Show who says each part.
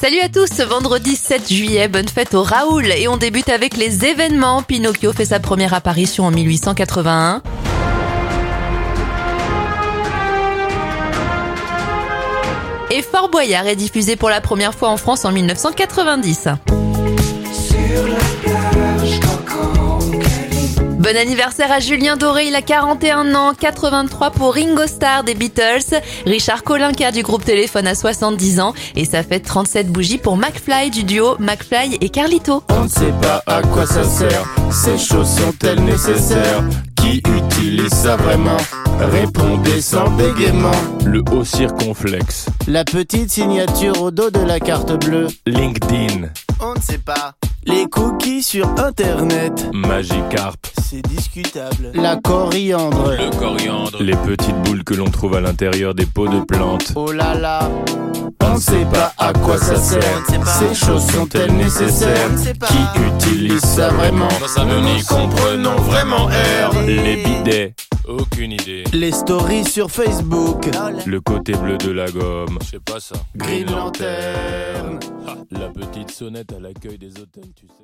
Speaker 1: Salut à tous, vendredi 7 juillet, bonne fête au Raoul et on débute avec les événements. Pinocchio fait sa première apparition en 1881. Et Fort Boyard est diffusé pour la première fois en France en 1990.
Speaker 2: Sur la plage, coco, Cali.
Speaker 1: Bon anniversaire à Julien Doré, il a 41 ans, 83 pour Ringo Starr des Beatles, Richard Colinka du groupe Téléphone à 70 ans et ça fait 37 bougies pour McFly du duo McFly et Carlito.
Speaker 3: On ne sait pas à quoi ça sert, ces choses sont-elles nécessaires Qui utilise ça vraiment Répondez sans bégaiement. Le haut circonflexe.
Speaker 4: La petite signature au dos de la carte bleue.
Speaker 3: LinkedIn.
Speaker 4: On ne sait pas. Les cookies sur Internet.
Speaker 3: Magicarp.
Speaker 4: C'est discutable. La coriandre.
Speaker 3: Le coriandre. Les petites boules que l'on trouve à l'intérieur des pots de plantes.
Speaker 4: Oh là là.
Speaker 3: On ne sait pas à quoi ça sert,
Speaker 4: On ne sait pas.
Speaker 3: ces choses sont-elles nécessaires
Speaker 4: On ne sait pas.
Speaker 3: Qui utilise ça vraiment Nous n'y comprenons vraiment R. Les bidets. Aucune idée.
Speaker 4: Les stories sur Facebook.
Speaker 3: Le côté bleu de la gomme. Je sais pas ça.
Speaker 4: Green Lantern.
Speaker 3: La petite sonnette à l'accueil des hôtels, tu sais.